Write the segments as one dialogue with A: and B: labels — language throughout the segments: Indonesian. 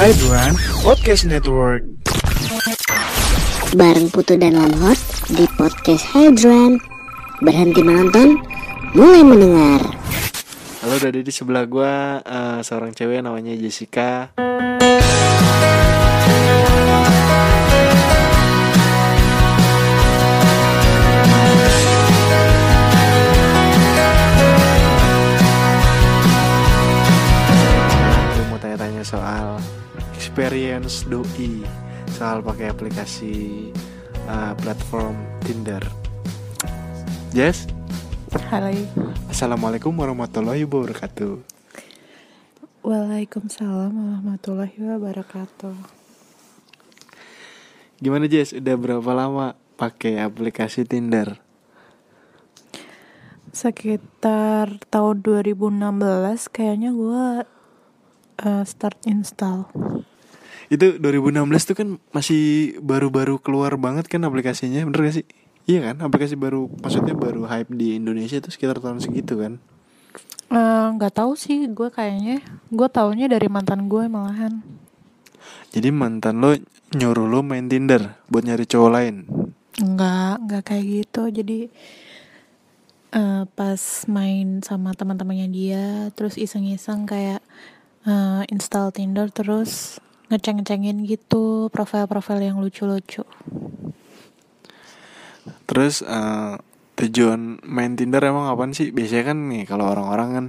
A: Hai Buan, Podcast Network.
B: bareng Putu dan Lamhot di podcast Hydran. Berhenti menonton, mulai mendengar.
A: Halo, ada di sebelah gua eh, seorang cewek namanya Jessica. Gue mau tanya-tanya soal experience doi, soal pakai aplikasi eh, platform Tinder. Jess?
C: Halo,
A: Assalamualaikum warahmatullahi wabarakatuh.
C: Waalaikumsalam warahmatullahi wabarakatuh.
A: Gimana Jess? Udah berapa lama pakai aplikasi Tinder?
C: Sekitar tahun 2016 kayaknya gua eh, start install.
A: Itu 2016 tuh kan masih baru-baru keluar banget kan aplikasinya, bener gak sih? Iya kan, aplikasi baru, maksudnya baru hype di Indonesia tuh sekitar tahun segitu kan?
C: Eh, Nggak tahu sih gue kayaknya, gue taunya dari mantan gue malahan.
A: Jadi mantan lo nyuruh lo main Tinder buat nyari cowok lain.
C: Nggak, nggak kayak gitu. Jadi eh, pas main sama teman-temannya dia, terus iseng-iseng kayak eh, install Tinder, terus ngeceng-ngecengin gitu profil-profil yang lucu-lucu.
A: Terus eh, tujuan main Tinder emang apaan sih? Biasanya kan nih kalau orang-orang kan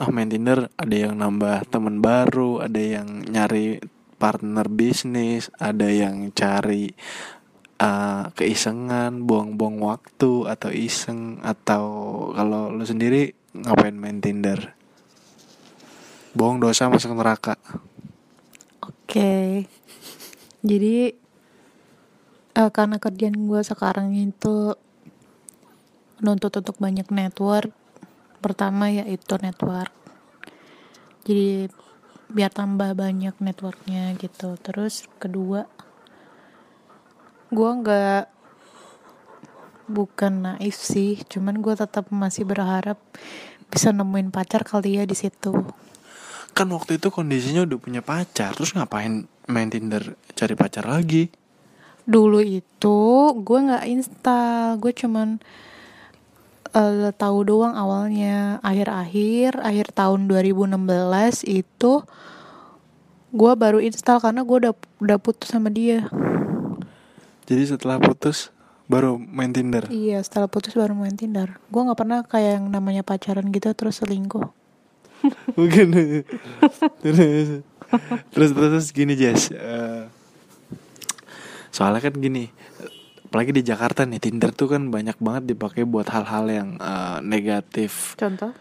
A: ah main Tinder ada yang nambah teman baru, ada yang nyari partner bisnis, ada yang cari eh, keisengan, buang-buang waktu atau iseng atau kalau lu sendiri ngapain main Tinder? Bohong dosa masuk neraka.
C: Oke. Jadi eh, karena kerjaan gue sekarang itu menuntut untuk banyak network. Pertama yaitu network. Jadi biar tambah banyak networknya gitu. Terus kedua, gue nggak bukan naif sih, cuman gue tetap masih berharap bisa nemuin pacar kali ya di situ.
A: Kan waktu itu kondisinya udah punya pacar, terus ngapain main Tinder cari pacar lagi?
C: dulu itu gue nggak install gue cuman eh, tahu doang awalnya akhir-akhir akhir tahun 2016 itu gue baru install karena gue udah udah putus sama dia
A: Jadi setelah putus baru main Tinder.
C: iya setelah putus baru main tinder gue nggak pernah kayak yang namanya pacaran gitu terus selingkuh
A: Mungkin terus terus terus gini Jess. eh, soalnya kan gini, apalagi di Jakarta nih Tinder tuh kan banyak banget dipakai buat hal-hal yang eh, negatif.
C: contoh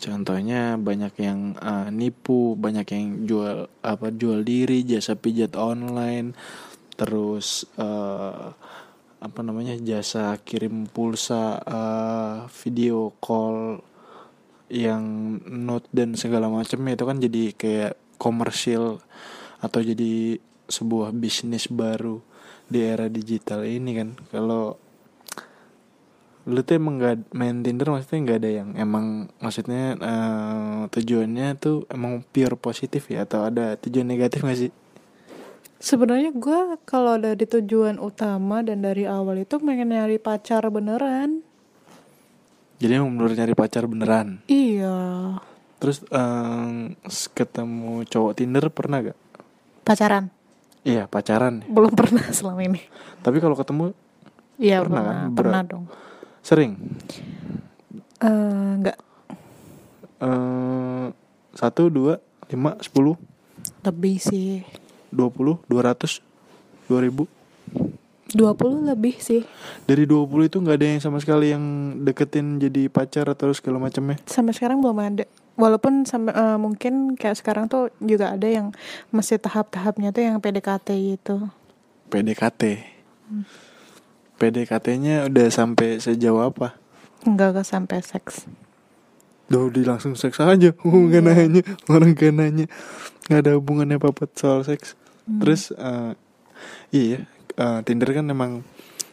A: Contohnya banyak yang eh, nipu, banyak yang jual apa jual diri, jasa pijat online, terus eh, apa namanya jasa kirim pulsa, eh, video call yang note dan segala macamnya itu kan jadi kayak komersil atau jadi sebuah bisnis baru di era digital ini kan. Kalau lu tuh emang gak main Tinder maksudnya nggak ada yang emang maksudnya eh, tujuannya tuh emang pure positif ya atau ada tujuan negatif gak sih?
C: sebenarnya gue kalau dari tujuan utama dan dari awal itu pengen nyari pacar beneran
A: Jadi emang menurut nyari pacar beneran.
C: iya
A: Terus eh, s- ketemu cowok Tinder pernah gak?
C: pacaran
A: Iya pacaran. ya.
C: belum pernah selama ini
A: Tapi kalau ketemu
C: Iya
A: Pernah kan?
C: pernah, pernah,
A: Berat.
C: dong.
A: sering.
C: Eh, Enggak
A: Eh, satu dua lima sepuluh
C: lebih sih.
A: dua puluh dua ratus dua ribu
C: 20 lebih sih.
A: dari 20 itu nggak ada yang sama sekali yang deketin jadi pacar atau segala macamnya
C: Sampai sekarang belum ada. walaupun sampai eh, mungkin kayak sekarang tuh juga ada yang masih tahap-tahapnya tuh yang PDKT gitu.
A: PDKT PDKT-nya udah sampai sejauh apa?
C: Enggak enggak sampai seks.
A: Duh, udah langsung seks aja. Uh, gak nanya, orang gak nanya. Gak ada hubungannya apa-apa soal seks. Terus, eh, iya, eh, Tinder kan emang,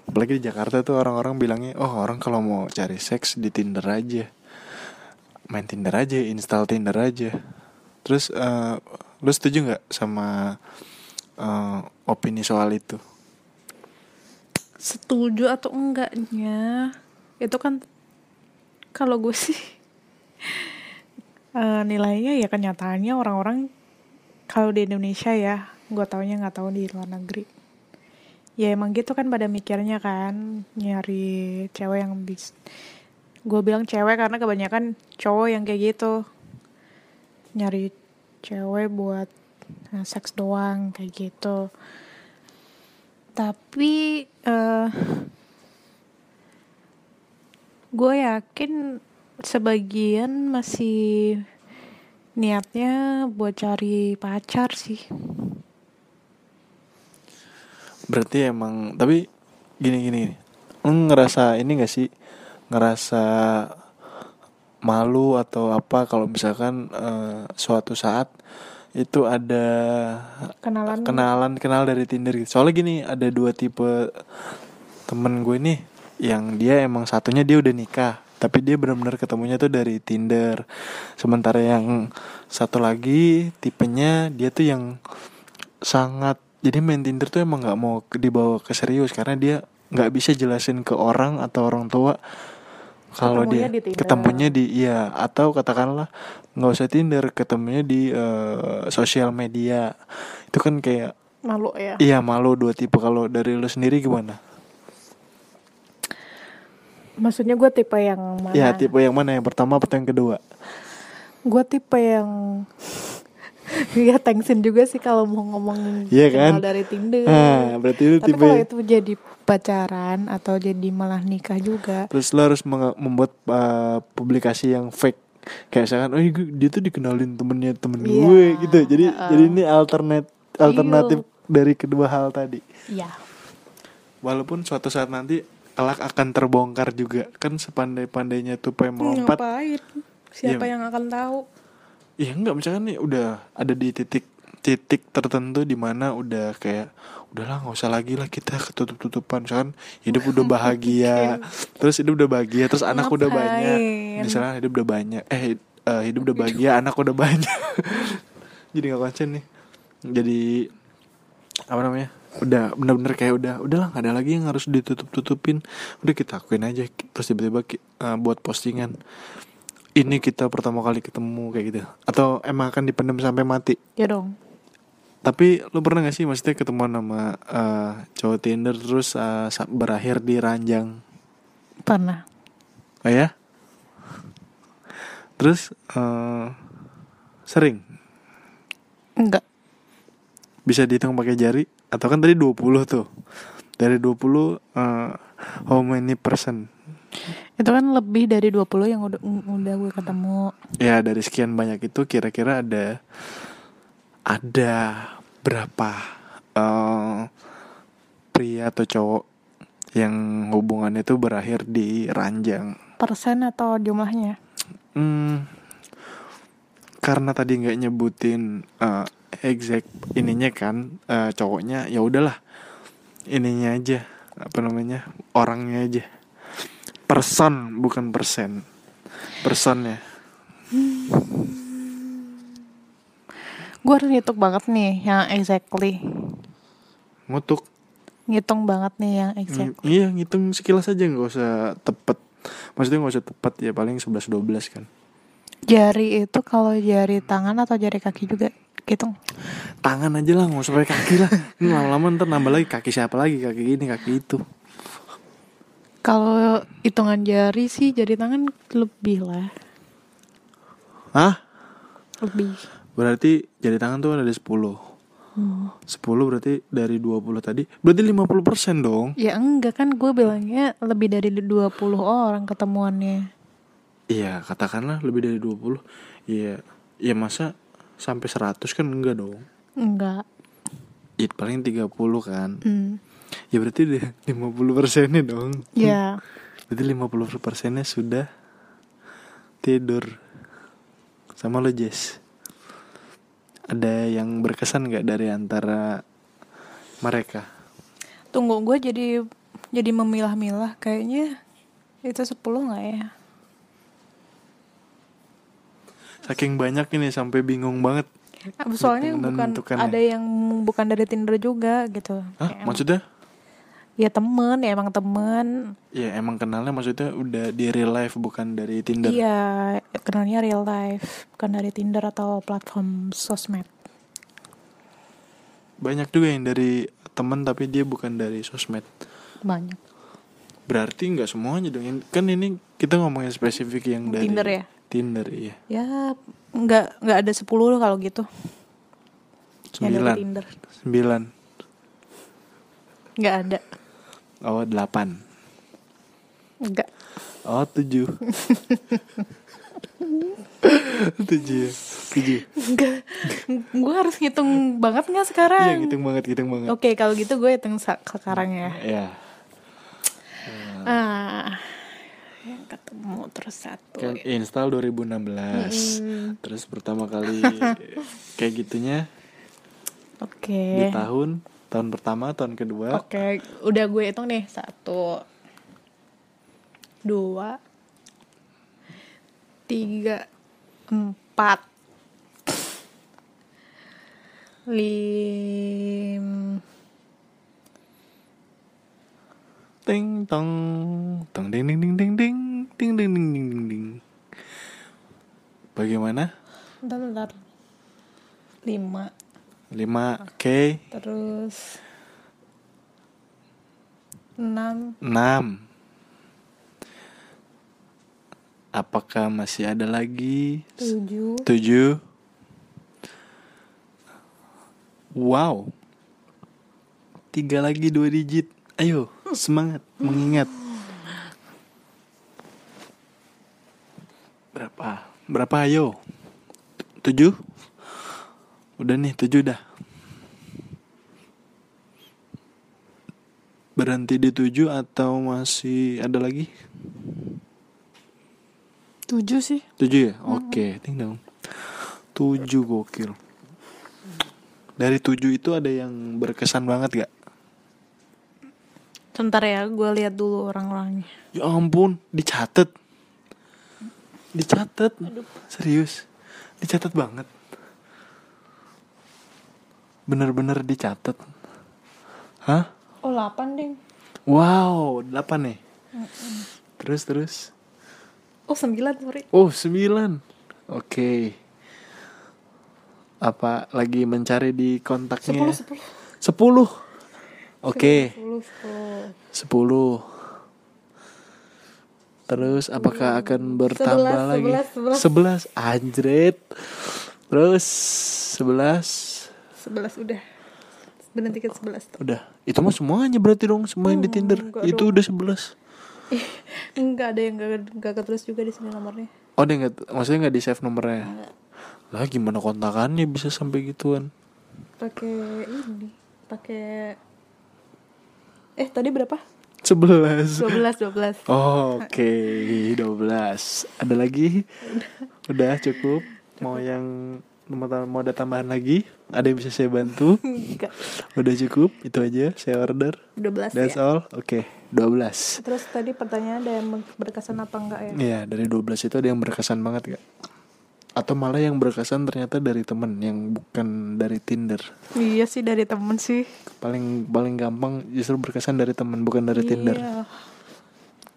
A: apalagi di Jakarta tuh orang-orang bilangnya, oh orang kalau mau cari seks di Tinder aja. Main Tinder aja, install Tinder aja. Terus, eh, lu setuju gak sama eh, opini soal itu?
C: Setuju atau enggaknya itu kan kalau gue sih eh, nilainya ya kenyataannya orang-orang kalau di Indonesia ya gue taunya nggak tahu di luar negeri ya emang gitu kan pada mikirnya kan nyari cewek yang bis gue bilang cewek karena kebanyakan cowok yang kayak gitu nyari cewek buat eh, seks doang kayak gitu tapi eh gue yakin sebagian masih niatnya buat cari pacar sih
A: Berarti emang tapi gini gini. gini. Lu ngerasa ini gak sih ngerasa malu atau apa kalau misalkan eh, suatu saat itu ada
C: kenalan
A: kenalan kenal dari Tinder gitu. Soalnya gini ada dua tipe temen gue nih yang dia emang satunya dia udah nikah tapi dia benar-benar ketemunya tuh dari Tinder. Sementara yang satu lagi tipenya dia tuh yang sangat jadi main Tinder tuh emang nggak mau ke- dibawa ke serius karena dia nggak bisa jelasin ke orang atau orang tua kalau dia
C: Ketemunya di Tinder.
A: ketemunya di iya atau katakanlah nggak usah Tinder ketemunya di eh, sosial media itu kan kayak
C: malu ya
A: iya malu dua tipe kalau dari lu sendiri gimana
C: maksudnya gue tipe yang mana
A: ya tipe yang mana yang pertama atau yang kedua
C: gue tipe yang ya thanksin juga sih kalau mau ngomong
A: Iya kan?
C: kenal dari Tinder
A: Ah, berarti lu
C: tapi
A: tipe-
C: kalau itu jadi pacaran atau jadi malah nikah juga
A: terus lo harus menge- membuat uh, publikasi yang fake kayak misalkan oh gue- dia tuh dikenalin temennya temen
C: Iya,
A: gue gitu jadi
C: heeh.
A: jadi ini alternat alternatif dari kedua hal tadi
C: iya
A: walaupun suatu saat nanti kelak akan terbongkar juga kan sepandai-pandainya tupai melompat
C: ngapain
A: Siapa
C: siapa
A: Iya.
C: yang akan tahu
A: ya enggak misalkan nih udah ada di titik titik tertentu di mana udah kayak udahlah nggak usah lagi lah kita ketutup-tutupan misalkan hidup udah bahagia terus hidup udah bahagia terus anak udah banyak
C: Ngapain?
A: misalkan hidup udah banyak eh eh, hidup udah bahagia anak udah banyak jadi nggak konsen nih jadi apa namanya udah bener-bener kayak udah udahlah nggak ada lagi yang harus ditutup-tutupin udah kita akuin aja terus tiba-tiba ki- eh, buat postingan ini kita pertama kali ketemu kayak gitu atau emang akan dipendam sampai mati
C: ya dong
A: tapi lu pernah gak sih maksudnya ketemuan sama eh, cowok Tinder terus eh, sa- berakhir di ranjang
C: pernah
A: oh ya terus eh, sering
C: enggak
A: bisa dihitung pakai jari atau kan tadi 20 tuh dari 20 eh, how many percent
C: itu kan lebih dari 20 yang udah udah gue ketemu
A: ya dari sekian banyak itu kira-kira ada ada berapa eh, pria atau cowok yang hubungannya itu berakhir di ranjang
C: persen atau jumlahnya
A: Hmm, karena tadi nggak nyebutin eh, exact ininya kan eh, cowoknya ya udahlah ininya aja apa namanya orangnya aja person bukan persen personnya
C: gue harus ngitung banget nih yang exactly
A: ngutuk
C: ngitung banget nih yang exact
A: Mm, iya ngitung sekilas aja nggak usah tepet maksudnya nggak usah tepet ya paling 11-12 kan
C: jari itu kalau jari tangan atau jari kaki juga hitung
A: tangan aja lah nggak usah pakai kaki lah Ini lama-lama ntar nambah lagi kaki siapa lagi kaki ini kaki itu
C: Kalau hitungan jari sih jari tangan lebih lah,
A: hah
C: lebih.
A: Berarti jari tangan tuh ada 10 10 berarti dari 20 tadi Berarti 50% dong
C: Ya enggak kan gue bilangnya lebih dari 20 orang ketemuannya.
A: Iya katakanlah lebih dari 20 Iya Ya masa sampai 100 kan enggak dong
C: Enggak.
A: Ya paling 30 kan
C: Hmm.
A: Ya berarti dia 50 persennya dong
C: Ya,
A: Berarti 50 persennya sudah Tidur Sama lo Jess Ada yang berkesan gak dari antara mereka?
C: tunggu gue jadi jadi memilah-milah kayaknya itu 10 nggak ya?
A: Saking banyak ini sampai bingung banget
C: Ah, Soalnya
A: Bukan
C: bukan
A: menentukan ya?
C: ada yang bukan dari Tinder juga gitu.
A: Hah
C: Kayak
A: maksudnya?
C: ya temen ya emang temen
A: Ya emang kenalnya maksudnya udah di real life bukan dari Tinder
C: iya kenalnya real life bukan dari Tinder atau platform sosmed
A: Banyak juga yang dari temen tapi dia bukan dari sosmed
C: banyak
A: Berarti nggak semuanya dong Ini- Kan ini kita ngomongin spesifik yang dari
C: Tinder ya?
A: Tinder iya
C: ya nggak nggak ada 10 kalau gitu yang dari
A: Sembilan
C: Tinder
A: Sembilan
C: nggak ada
A: Oh delapan
C: nggak
A: Oh tujuh Tujuh ya? Tujuh
C: gue harus ngitung banget nggak
A: Iya
C: sekarang
A: ngitung banget Ngitung banget
C: oke kalau gitu gue hitung sa- sekarang ya
A: Ya
C: ah yang ketemu terus satu
A: kan install 2016 Terus pertama kali Kayak gitunya
C: oke
A: Di tahun Tahun pertama Tahun kedua
C: oke udah gue hitung nih satu dua tiga empat lim
A: Ting tong Tong ding ding ding ding ding Ding ding ding ding ding ding Bagaimana?
C: bentar bentar lima
A: 5 K
C: terus enam
A: 6 Apakah masih ada lagi?
C: tujuh
A: 7 Wow 3 lagi 2 digit Ayo semangat mengingat Berapa? Berapa ayo? 7 Udah nih 7 dah Berhenti di 7 atau masih ada lagi?
C: tujuh sih
A: Tujuh ya? Oke, ting dong. Tujuh gokil. Dari tujuh itu ada yang berkesan banget gak?
C: sebentar ya gue lihat dulu orang-orangnya
A: Ya ampun, dicatat. Dicatat. Serius. Dicatat banget. Bener-bener dicatat. Hah?
C: oh delapan ding
A: Wow, delapan nih. Terus terus.
C: oh sembilan sorry
A: Oh, sembilan. Oke. Apa lagi mencari di kontaknya?
C: sepuluh sepuluh
A: 10 Oke
C: sepuluh sepuluh
A: 10 Terus apakah akan bertambah
C: Hmm. Sebelas,
A: lagi?
C: sebelas, sebelas.
A: 11 Anjrit Terus 11
C: sebelas udah berhenti ke sebelas tuh
A: Udah Itu mah semuanya berarti dong Semua yang di Tinder
C: Hmm, enggak
A: Itu udah 11
C: nggak ada yang nggak nggak ketulis juga di sini nomornya
A: Oh dia nggak Maksudnya nggak di save nomornya ya? Lah gimana kontakannya bisa sampai gituan
C: pakai ini pakai eh tadi berapa
A: 11
C: dua belas dua belas
A: Oke, 12. Ada lagi? Udah cukup. Mau yang mau ta- mau ada tambahan lagi? Ada yang bisa saya bantu?
C: enggak
A: Udah cukup, itu aja saya order.
C: dua belas
A: That's
C: ya
A: all. Oke, 12.
C: terus tadi pertanyaan ada yang berkesan apa enggak ya
A: Iya, dari 12 itu ada yang berkesan banget gak? Atau malah yang berkesan ternyata dari temen yang bukan dari Tinder.
C: iya sih dari temen sih
A: Paling paling gampang justru berkesan dari temen bukan dari Tinder.
C: Iya.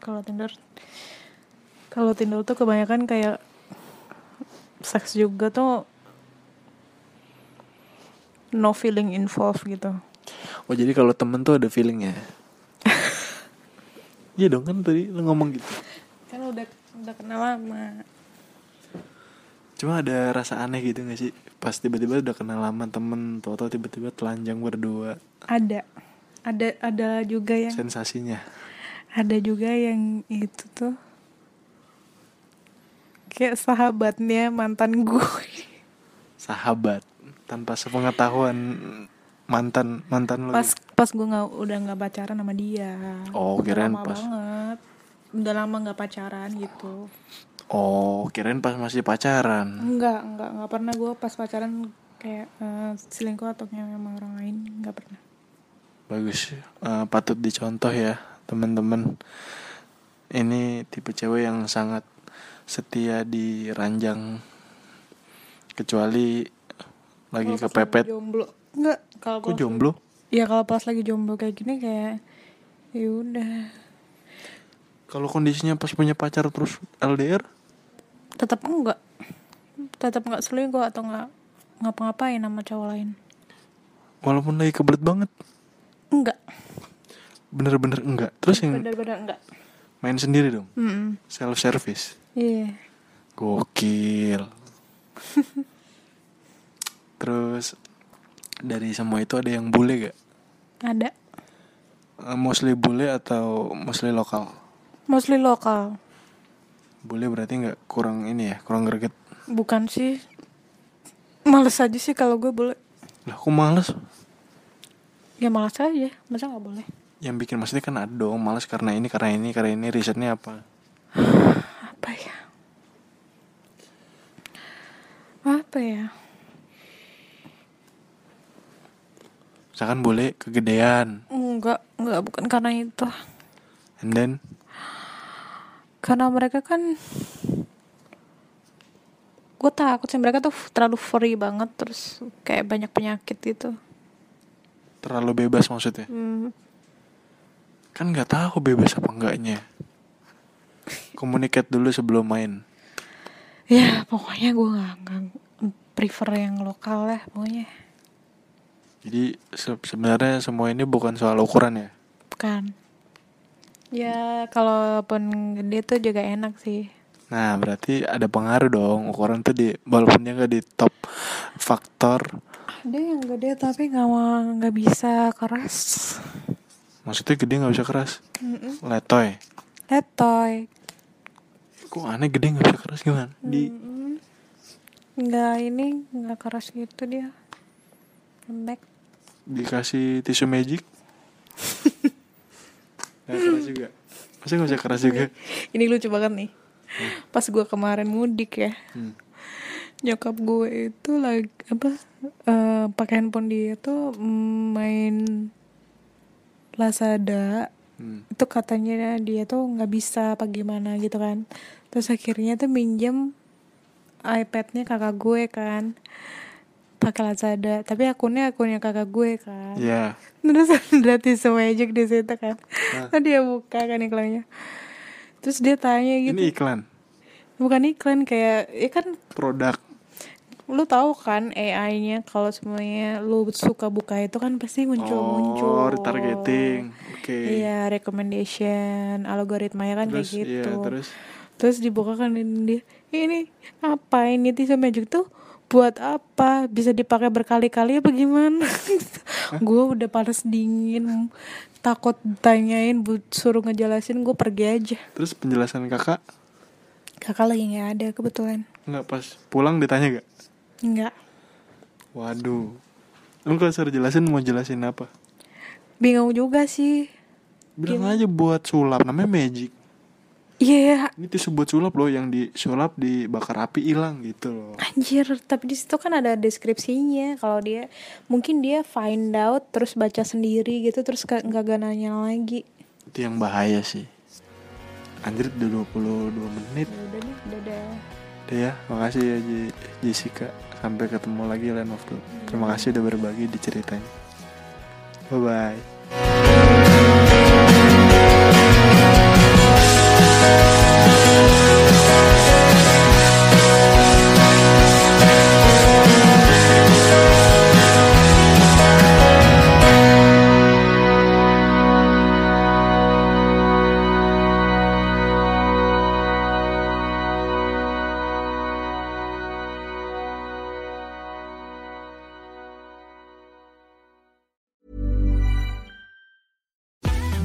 C: Kalau Tinder Kalau Tinder tuh kebanyakan kayak seks juga tuh no feeling involved gitu.
A: Oh jadi kalau temen tuh ada ya? feelingnya. Iya dong kan tadi lu ngomong gitu.
C: Kan udah udah kenal lama.
A: Cuma ada rasa aneh gitu gak sih? Pas tiba-tiba udah kenal lama temen, tau tiba-tiba telanjang berdua.
C: Ada ada ada juga yang
A: Sensasinya.
C: ada juga yang itu tuh pakai sahabatnya mantan gue
A: sahabat tanpa sepengetahuan mantan mantan lo
C: pas pas gue nggak udah nggak pacaran sama dia
A: Oh, kirain
C: lama
A: pas-
C: banget udah lama nggak pacaran gitu
A: oh kirain pas masih pacaran
C: Enggak, enggak, enggak pernah gue pas pacaran kayak eh, selingkuh atau ngewe sama orang lain, enggak pernah.
A: bagus Eh, patut dicontoh ya teman-teman ini tipe cewek yang sangat setia di ranjang kecuali lagi
C: Kalau pas
A: kepepet
C: Jomblo. Enggak, kalau
A: kok
C: pas-
A: jomblo
C: Ya kalau pas lagi jomblo kayak gini kayak ya udah
A: kalau kondisinya pas punya pacar terus LDR
C: tetap enggak tetap enggak selingkuh atau enggak ngapa-ngapain sama cowok lain.
A: walaupun lagi kebelet banget
C: Enggak,
A: bener-bener enggak terus yang
C: benar-benar enggak.
A: main sendiri dong
C: Mm-mm.
A: self service
C: Iya.
A: Gokil. Terus dari semua itu ada yang bule gak?
C: Ada
A: Eh, Mostly bule atau mostly lokal?
C: mostly lokal.
A: Bule berarti nggak kurang ini ya, kurang greget.
C: Bukan sih males aja sih kalau gue boleh.
A: Lah aku males.
C: Ya males aja, masa nggak boleh?
A: Yang bikin maksudnya kan ada dong, males karena ini, karena ini, karena ini, risetnya apa?
C: apa ya apa ya
A: Misalkan bule kegedean,
C: enggak enggak bukan karena itu
A: and then
C: karena mereka kan gue takut sih mereka tuh terlalu free banget terus kayak banyak penyakit gitu
A: terlalu bebas maksudnya.
C: Hmm,
A: Kan nggak tahu bebas apa enggaknya. Komunikat dulu sebelum main.
C: ya pokoknya gue nggak nggak prefer yang lokal lah pokoknya
A: Jadi se- sebenarnya semua ini bukan soal ukuran ya.
C: bukan ya kalaupun gede tuh juga enak sih
A: Nah, berarti ada pengaruh dong ukuran tuh di walaupun dia nggak di top faktor.
C: ada yang gede tapi nggak mau nggak bisa keras
A: Maksudnya gede nggak bisa keras. Letoy.
C: letoy
A: Kok aneh gede nggak bisa keras gimana? Di
C: nggak ini nggak keras gitu dia lembek
A: dikasih tisu magic. Nggak keras juga. Masa nggak bisa keras juga?
C: ini lucu banget nih pas gue kemarin mudik ya
A: Hmm.
C: nyokap gue itu lagi apa eh pakai handphone dia tuh mm, main Lazada
A: Hmm.
C: itu katanya dia tuh nggak bisa apa gimana gitu kan terus akhirnya tuh minjem iPadnya kakak gue kan pakai Lazada tapi akunnya akunnya kakak gue kan
A: Ya,
C: Terus ada tisu magic di situ kan.
A: Nah.
C: Terus dia buka kan iklannya. Terus dia tanya gitu.
A: ini iklan
C: Bukan iklan kayak ya kan
A: produk.
C: lu tahu kan AI-nya kalau semuanya lu suka buka itu kan pasti
A: Oh,
C: muncul-muncul.
A: retargeting. Oke.
C: Iya, recommendation, algoritmanya kan
A: Terus
C: kayak
A: iya,
C: gitu.
A: terus
C: Terus dibuka kan dia, ini apa ini tisu magic tuh buat apa? Bisa dipakai berkali-kali apa gimana? gue udah panas dingin, takut tanyain, bu- suruh ngejelasin, gue pergi aja.
A: terus penjelasan kakak
C: Kakak lagi nggak ada kebetulan.
A: nggak pas pulang ditanya gak?
C: Nggak,
A: Waduh. Lu kalau suruh jelasin mau jelasin apa?
C: bingung juga sih.
A: Bilang aja buat sulap namanya magic.
C: Iya,
A: Ini tisu buat sulap loh yang disulap dibakar api hilang gitu loh.
C: anjir. Tapi di situ kan ada deskripsinya. Kalau dia, mungkin dia find out, terus baca sendiri gitu, terus ka- nggak gak nanya lagi.
A: Itu yang bahaya sih. Anjir udah 22 menit.
C: Ya udah deh, dadah.
A: Udah ya, makasih ya Je- Jessica. Sampai ketemu lagi Land of Love. Terima
C: Iya.
A: kasih udah berbagi di ceritanya. Bye bye.